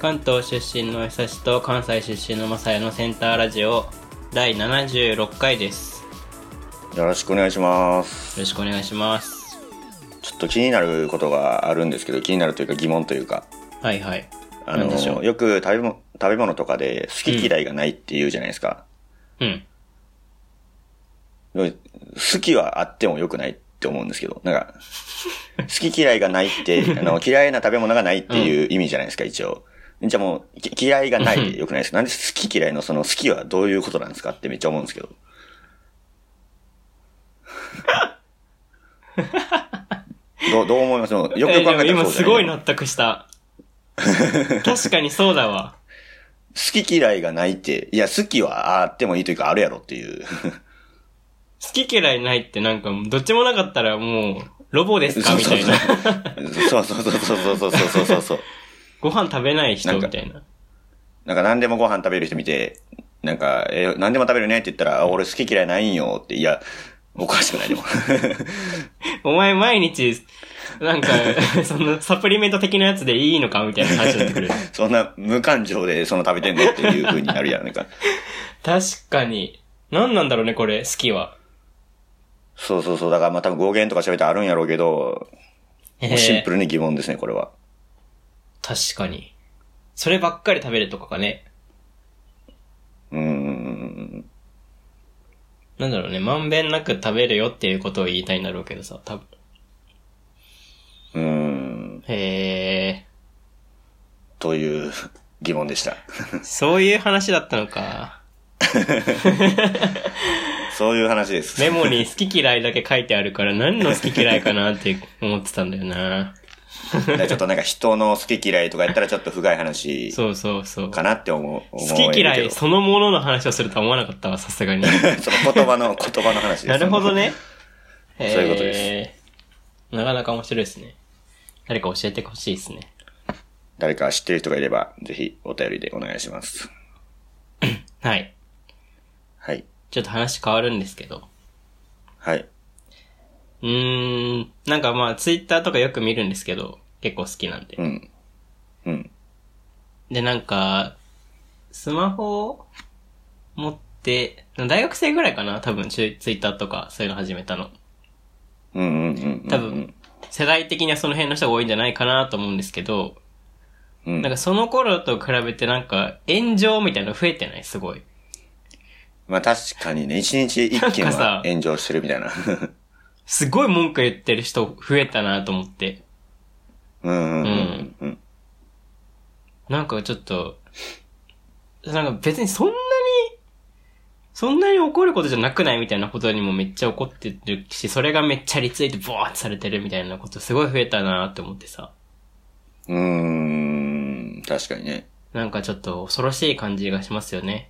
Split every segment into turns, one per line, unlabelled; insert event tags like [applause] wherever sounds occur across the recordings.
関東出身のやさしと関西出身のまさやのセンターラジオ第76回ですよ
よろしくお願いします
ろしくお願いします
ちょっと気になることがあるんですけど気になるというか疑問というか
はいはい
あの
何でしょう
よく食べも食べ物とかで好き嫌いがないって言うじゃないですか、
うん
好きはあっても良くないって思うんですけどなんか好き嫌いがないって
[laughs]
あの嫌いな食べ物がないっていう意味じゃないですか一応じゃあもうき嫌いがないで良く
[laughs]
ないですかなんで好き嫌いのその好きはどういうことなんですかってめっちゃ思う
[laughs]
んですけどどうどう思いますよくよく考えた
えで
らそうじゃ
も今
ない
すごい納得した
[laughs]
確かにそうだわ
好き嫌いがないって、いや、好きはあってもいいというか、あるやろっていう。
好き嫌いないってなんかどっちもなかったらもうロボ [laughs] ですかみたいな
[laughs] そうそうそうそうそうそうそうそうそう。
ご飯食べない人みたいな
なんか何でもご飯食べる人見て、なんか、えー何でも食べるねって言ったら、あ俺好き嫌いないんよって、いや、おかしくないでも。 [laughs]
お前毎日
[laughs]
なんかそのサプリメント的なやつでいいのかみたいな話になってくる
そんな無感情でその食べてんのっていう風になるやん。なんか、
確かに何なんだろうねこれ好きは
そうそうそう。だからまあ多分語源とか喋ってあるんやろうけど、もうシンプ
ル
ルに疑問ですね、これは。
確かにそればっかり食べるとかかね
うーん。
なんだろうねまんべんなく食べるよっていうことを言いたいんだろうけどさ多分
うーん。
へえ
という疑問でした。
そういう話だったのか
そういう話です。
メモに好き嫌いだけ書いてあるから何の好き嫌いかなって思ってたんだよな。
だからちょっとなんか人の好き嫌いとかやったらちょっと不甲斐話
そうそうそう。好
かなって思う。思える
き
けど
嫌いそのものの話をするとは思わなかったわ、さすが
[laughs]
に。
その言葉の、言葉の話です。
なるほど。
[laughs]
ね。そう
いうこと
で。
です
なかなか面白いですね。誰か教えてほしいですね。
誰か知ってる人がいれば、ぜひお便りでお願いします。
はい。
はい。
ちょっと話変わるんですけど。
はい。
うーん、なんかまあ、ツイッターとかよく見るんですけど、結構好きなんで
う。ん。うん。
で、なんか、スマホを持って、大学生ぐらいかな多分ツイツイッターとかそういうの始めたの。
うんうんうんうん。
多分。、世代的にはその辺の人が多いんじゃないかなと思うんですけど、
うん。
なんかその頃と比べてなんか炎上みたいなの増えてないすごい。
まあ確かにね、一日一件
なんかさ
は炎上してるみたいな。 [laughs]
すごい文句言ってる人増えたなと思って。
うんうんうんうん。
なんかちょっと、なんか別にそんなに、そんなに怒ることじゃなくないみたいなことにもめっちゃ怒ってるし、それがめっちゃリツイートボーってされてるみたいなことすごい増えたなって思ってさ。
うーん。確かにね。
なんかちょっと恐ろしい感じがしますよね。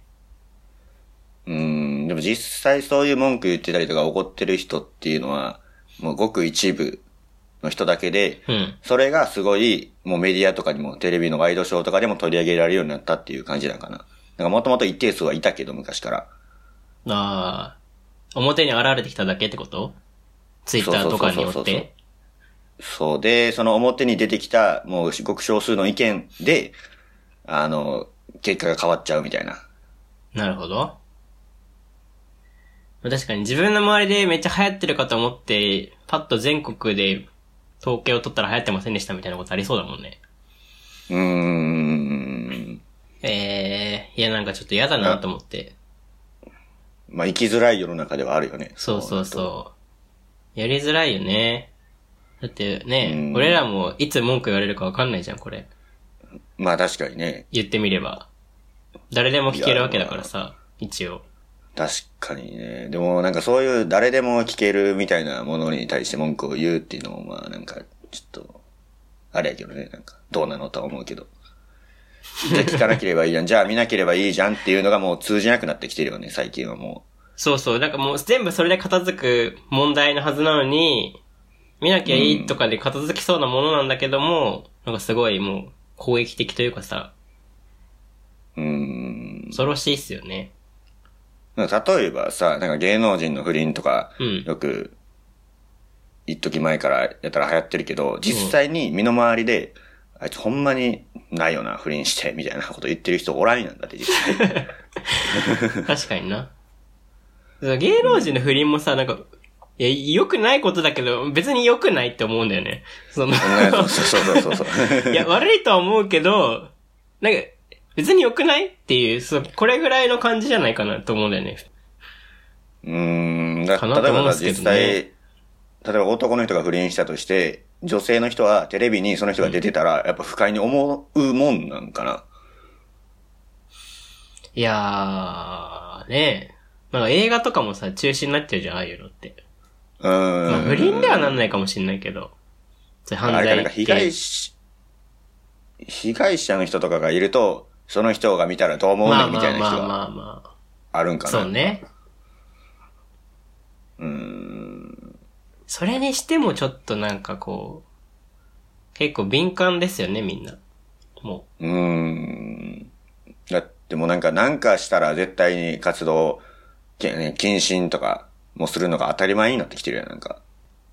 うーん。でも実際そういう文句言ってたりとか怒ってる人っていうのは、もうごく一部の人だけで、
うん。
それがすごい、もうメディアとかにも、テレビのワイドショーとかでも取り上げられるようになったっていう感じなのかな。なんかもともと一定数はいたけど、昔から。
ああ、表に現れてきただけってことツイッターとかによっ
そうそうそうそうそう
て。
そうで、その表に出てきた、もうごく少数の意見で、あの、結果が変わっちゃうみたいな。
なるほど。まあ確かに自分の周りでめっちゃ流行ってるかと思って、パッと全国で統計を取ったら流行ってませんでしたみたいなことありそうだもんね。
うーん。
ええー、いやなんかちょっと嫌だなと思って。
まあ、生きづらい世の中ではあるよね。
そうそう
う。
そう。やりづらいよね。だってね、
うん
俺らもいつ文句言われるかわかんないじゃん、これ。
まあ、確かにね。
言ってみれば。誰でも聞けるわけだからさ、一応。
確かにね。でも、なんかそういう誰でも聞けるみたいなものに対して文句を言うっていうのも、まあ、なんか、ちょっと、あれやけどね、なんか、どうなのとは思うけど。じゃあ聞かなければいいじゃん。じゃあ見なければいいじゃんっていうのがもう通じなくなってきてるよね、最近はも
そうそう。なんかもう全部それで片付く問題のはずなのに、見なきゃいいとかで片付きそうなものなんだけども、なんかすごいもう攻撃的というかさ、
う。うーん。
恐ろしいっすよね。
なんか例えばさ、なんか芸能人の不倫とか、 [laughs]
うん。
よく、一時前からやったら流行ってるけど、実際に身の回りで、あいつほんまにないよな、不倫して、みたいなこと言ってる人おらんやんだって実際。
確かにな。芸能人の不倫もさ、なんか、いや、良くないことだけど、別に良くないって思うんだよね。その、
そうそうそうそうそ
[laughs]
う。 [laughs]
いや、悪いとは思うけど、なんか、別に良くないっていう、そうこれぐらいの感じじゃないかなと思うんだよね。
うーん、だ
か
か
な
ら
と
例え
思うん
ば
です
さ
け
実
どね
際、例えば男の人が不倫したとして、女性の人はテレビにその人が出てたら、やっぱ不快に思うもんなんかな。
いやー、ねえ。なんか映画とかもさ、中止になっちゃうじゃん、ああいうのって。
うーん。
まあ、不倫ではなんないかもしんないけど。そういう犯
あれか、
罪
なんか
系
被害者、被害者の人とかがいると、その人が見たらどう思う
ま
ね
あ
んみ
ま
た
あ
いな
ま
人
あ
が
まあまあ。
あるんかな。
そうね。
うーん。
それにしてもちょっとなんかこう、結構敏感ですよね、みんな。も
うーん。だってもうなんか、なんかしたら絶対に活動、けね謹慎とか、もうするのが当たり前になってきてるやん、なんか。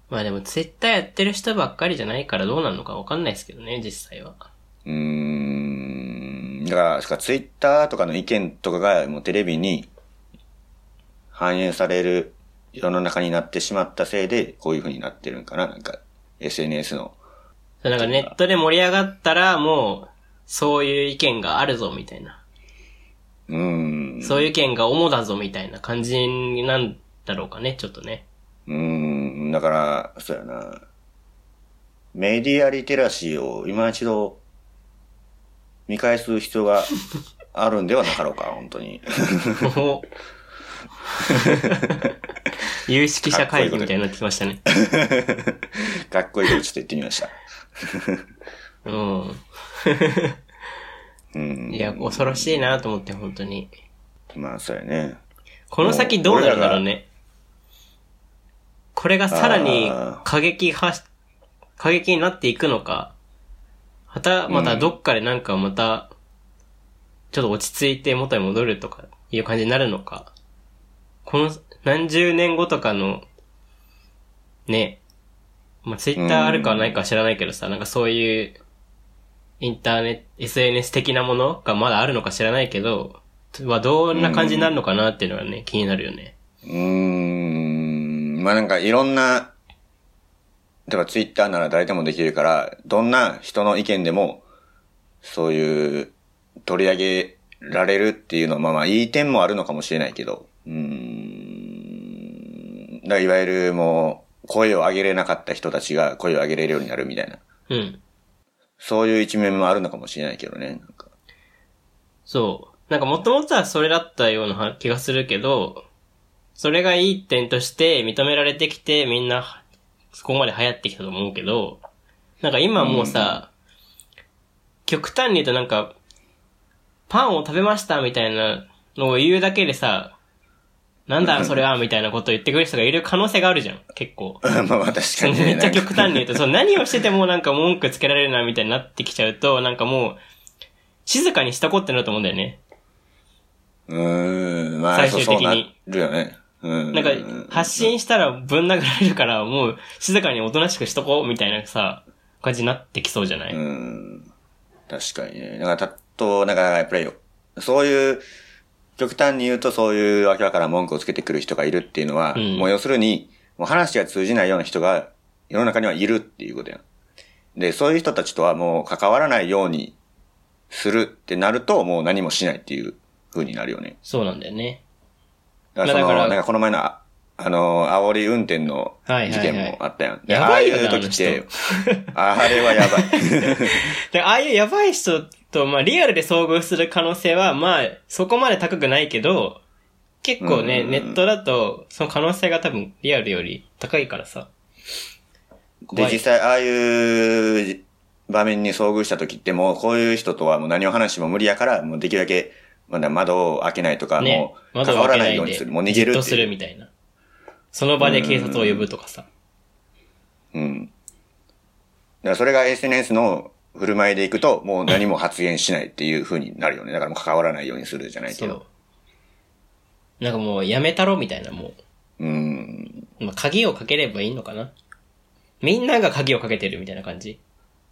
う。まあでもツイッターやってる人ばっかりじゃないからどうなるのかわかんないですけどね、実際は。
うーん。だから、しかツイッターとかの意見とかがもうテレビに反映される世の中になってしまったせいで、こういう風になってるんかななんか、SNS の。
そうなんかネットで盛り上がったらもう、そういう意見があるぞ、みたいな。
うーん。
そういう意見が主だぞ、みたいな感じなんだろうかね、ちょっと
[laughs]
ね。
うーん。だから、そうやな。メディアリテラシーを今一度見返す必要があるんではなかろうか、本当に。 [laughs]
お有識者会議みたいになってきましたね。
かっこいいことちょっと言ってみました。
うん。
うん。
いや、恐ろしいなと思って、本当に。
まあ、そうやね。
この先どうなるんだろうね。これがさらに
あー
過激はし、過激になっていくのか、はた、またどっかでなんかまた、ちょっと落ち着いて元に戻るとかいう感じになるのか。この何十年後とかの、ね、まあ、ツイッターあるかないかは知らないけどさ、なんかそういう、インターネット、SNS 的なものがまだあるのか知らないけど、はどんな感じになるのかなっていうのがね、気になるよね。
うーん、まあなんかいろんな、例えばツイッターなら誰でもできるから、どんな人の意見でも、そういう取り上げられるっていうのは、まあまあいい点もあるのかもしれないけど、うーん、だからいわゆるもう声を上げれなかった人たちが声を上げれるようになるみたいな、
うん。
そういう一面もあるのかもしれないけどね。なんか [laughs]
そう。なんかもともとはそれだったような気がするけど、それがいい点として認められてきてみんな、そこまで流行ってきたと思うけど、なんか今もうさ、極端に言うとなんか、パンを食べましたみたいなのを言うだけでさ、なんだそれはみたいなことを言ってくる人がいる可能性があるじゃん、結構。
まあまあ確かにね。
めっちゃ
なんか
極端に言うと、その何をしててもなんか文句つけられるなみたいになってきちゃうと、なんかもう、静かにしたこってなると思うんだよね。
[laughs] うーん、まあ
最
そう
終
そ
的
う
に
なるよね。うん。
なんか、発信したらぶん殴られるから、もう、静かにおとなしくしとこう、みたいなさ、感じになってきそうじゃない、
うん。確かにね。なんか、たっと、なんか、やっぱり、そういう、極端に言うとそういうわけわからん文句をつけてくる人がいるっていうのは、
うん
もう要するに、もう話が通じないような人が世の中にはいるっていうことやん。で、そういう人たちとはもう関わらないようにするってなると、もう何もしないっていう風になるよね。
そうなんだよね。
だからその、
まあだから
なんかこの前の、ああの、煽り運転の
はい
事
はいはい
件もあったやん。
やばいよな
ああいう時って、 [laughs] あれはやばい。
で、ああいうやばい人と、まあ、リアルで遭遇する可能性は、まあ、そこまで高くないけど、結構ね、
うん
ネットだと、その可能性が多分、リアルより高いからさ。
で、
怖い
実際、ああいう場面に遭遇した時って、もうこういう人とはもう何を話しても無理やから、もうできるだけ、まだ窓を開けないとか、
ね
も、う
窓
関
を
わら
開け
な
ない
よ
いう
に
です
る。もう逃げる
じっと
って
す
い
る
う。
みたいな。その場で警察を呼ぶとかさ。
うん。だからそれが SNS の振る舞いでいくと、もう何も発言しないっていう風になるよね。だからもう関わらないようにするじゃない
そ
けど。
う。なんかもう、やめたろみたいな、も
うん。
う。まあ、鍵をかければいいのかなみんなが鍵をかけてるみたいな感じ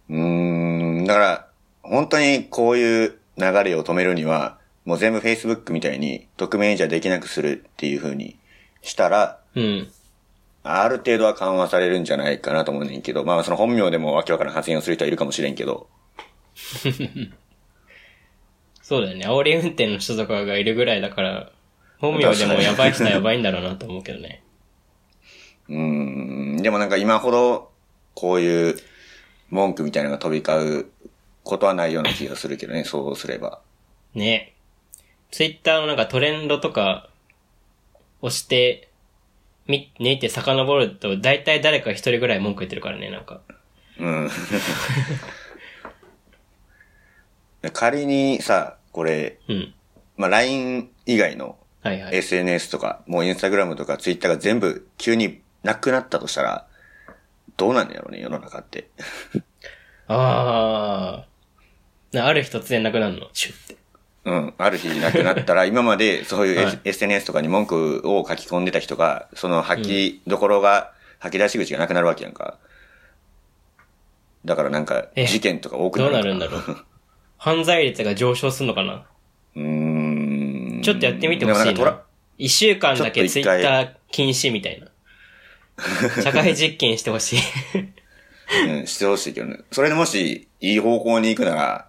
うーん、だから、本当にこういう流れを止めるには、もう全部 Facebook みたいに匿名じゃできなくするっていう風にしたら、
うん。
ある程度は緩和されるんじゃないかなと思うねんけど、まあその本名でもわけわからん発言をする人はいるかもしれんけど、
そうだよね。煽り運転の人とかがいるぐらいだから、本名でもやばい人はやばいんだろうなと思うけどね。
うーん、でもなんか今ほどこういう文句みたいなのが飛び交うことはないような気がするけどね、そうすれば。
ね。ツイッターのなんかトレンドとか、押して、み、ねって遡ると、大体誰か一人ぐらい文句言ってるからね、なんか。
うん。仮にさ、これ、
うん。
まあ LINE 以外の
はいはい。
SNS とか、もうインスタグラムとかツイッターが全部急になくなったとしたら、どうなんやろうね、世の中って。
ああ。なある日突然なくなるの。シュッて。
うん。ある日なくなっ
[laughs]
たら、今までそういう、
はい
SNS とかに文句を書き込んでた人が、その吐きどころが、吐き出し口がなくなるわけやんか。だからなんか、
え
事件とか多くな
どう
る
な
のか
るんだろう。犯罪率が上昇するのかな
うーん。
ちょっとやってみてほ
で
しい
もなんかトラ
な。一週間だけ
ち
ツ
ょっ
イ
と一回
ッター禁止みた
[laughs]
いな。社会実験してほしい。 [laughs]
うん、してほしいけどね。それでもし、いい方向に行くなら、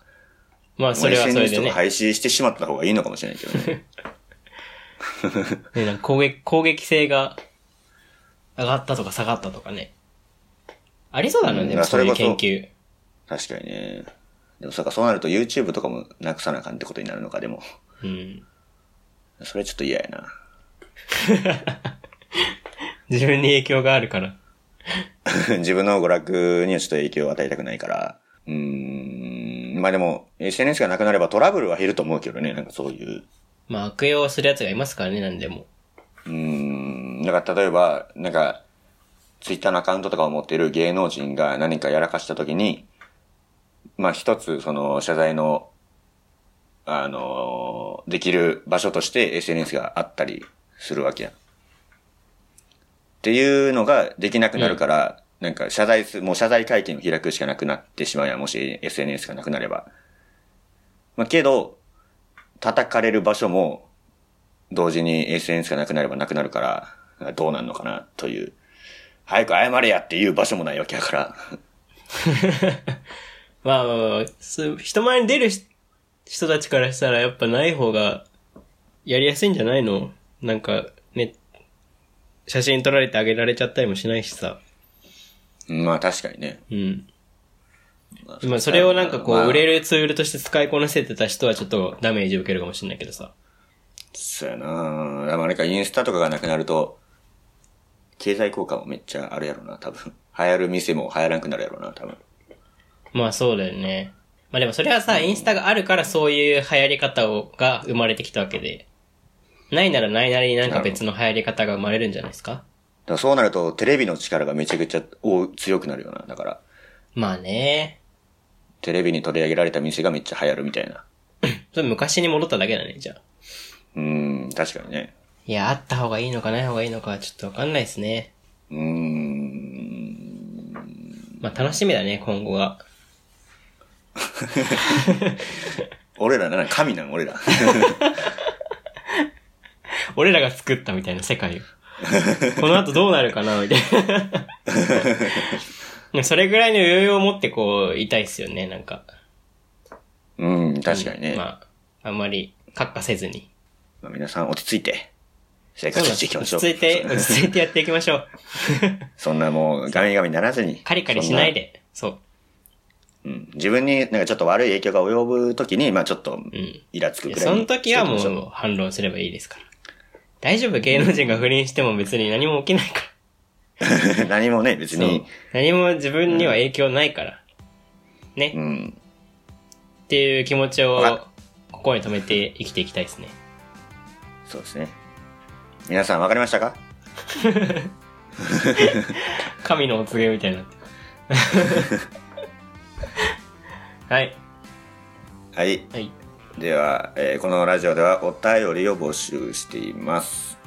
まあ、それはそれ
SNS
で
とか
ね。
廃止してしまった方がいいのかもしれないけ
[laughs]
どね。
ねなんか攻撃、攻撃性が上がったとか下がったとかね。ありそうだな、
うん
でもそういう
それ
研
こそ
究。
確かにね。でもそうか、そうなると YouTube とかもなくさなあかんってことになるのか、でも。
うん。
それちょっと嫌やな。
自分に影響があるから。
[laughs] 自分の娯楽にはちょっと影響を与えたくないから。うーん。まあでも、SNS がなくなればトラブルは減ると思うけどね、なんかそういう。
まあ、悪用する奴がいますからね、なんでも。
うーん。だから例えば、なんか、Twitter のアカウントとかを持っている芸能人が何かやらかしたときに、まあ一つ、その、謝罪の、あのーできる場所として SNS があったりするわけやん。っていうのができなくなるから、なんか謝罪す、もう謝罪会見を開くしかなくなってしまうやん、もし SNS がなくなれば。まあけど、叩かれる場所も、同時に SNS がなくなればなくなるから、どうなんのかな、という。早く謝れやっていう場所もないわけやから。 [laughs]
まあまあまあ、そう人前に出るし人たちからしたらやっぱない方がやりやすいんじゃないのなんかね、写真撮られてあげられちゃったりもしないしさ。
まあ確かにね。
うん。まあそれをなんかこ
まあ
う売れるツールとして使いこなせてた人はちょっとダメージを受けるかもしれないけどさ。
そうやなでもあれか、インスタとかがなくなると、経済効果もめっちゃあるやろな、多分。流行る店も流行らなくなるやろな、多分。
まあそうだよね。まあでもそれはさ、インスタがあるからそういう流行り方をが生まれてきたわけで。ないならないなりになんか別の流行り方が生まれるんじゃないですか
だからそうなると、テレビの力がめちゃくちゃ大強くなるよな。だから、
まあね。
テレビに取り上げられた店がめっちゃ流行るみたいな。
それ昔に戻っただけだね、じゃあ。
うーん、確かにね。
いや、あった方がいいのかない方がいいのかはちょっとわかんないですね。
うーん。
まあ楽しみだね、今後が。
俺らな、神なん、俺ら。 [laughs]
俺らが作ったみたいな世界を。 [laughs] この後どうなるかな、みたい
[laughs]
な。それぐらいの余裕を持ってこう、いたいっすよね、なんか。
うん、確かにね。
まあ、あんまり、閣下せずに。
まあ、皆さん落ち着いて、生
そう
活
なん
し
です
ていきま
落
しょ
ち
う。
着いて、落ち着いてやっていきましょう。
そんなもう、ガミガミならずに。
カリカリしないで。そう。
うん自分になんかちょっと悪い影響が及ぶときに、まあちょっと、
ん
イラつく
いや
くらい
そ
に
の時はも
しときましょ
う、反論すればいいですから。大丈夫、芸能人が不倫しても別に何も起きないから。
う [laughs] 何もね、別
そう
に、
何も自分には影響ないから。ね、
う
っ
ん。
ていう気持ち
わ
を、ここに止めて生きていきたいですね。
そうですね。皆さん分かりましたか
神のお告げみたいになって
[laughs]
る。はい。
はい。
はい。
では、えーこのラジオではお便りを募集しています。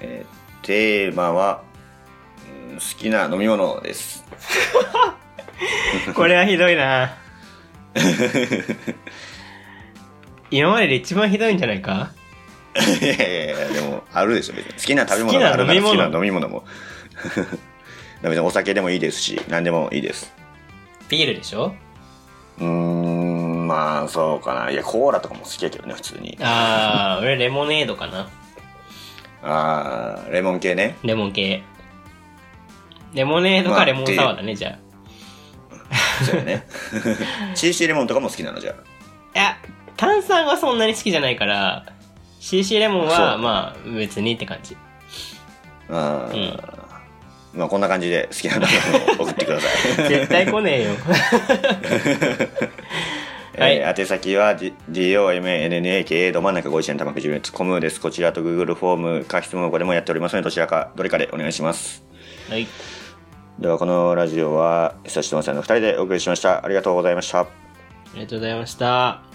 えーテーマは、うん好きな飲み物です。 [laughs]
これはひどいな今までで一番ひどいんじゃないか
いやいやいや、でも、あるでしょ、別に。好きな食べ
好
物
きな
があるなら
飲み
好
物
きな飲み物も。 [laughs] 別にお酒でもいいですし、何でもいいです。
ビールでしょ
うーん、まあ、そうかな。いや、コーラとかも好きやけどね、普通に。
あー、俺レモネードかな。
あー、レモン系ね。
レモン系。レモネードかレモンサワーだね、じゃ
そうよ
[laughs]
ね。CC レモンとかも好きなのじゃ
あ。いや、炭酸はそんなに好きじゃないから、CC レモン
そ
は、
う
まあ、別にって感じ。
あ。あ
う
ー
ん。
まあ、こんな感じで好きなのを送ってください。
絶対来
[laughs]
ねえよ。 [laughs] はい
えー宛先は D- DOMANNAKA ど真ん中ご一緒の玉くじめつコムです。こちらと Google フォームか質問箱でもやっておりますので、どちらか、どれかでお願いします。
はい。
ではこのラジオは久しぶりの2人でお送りしましたありがとうございました
ありがとうございました。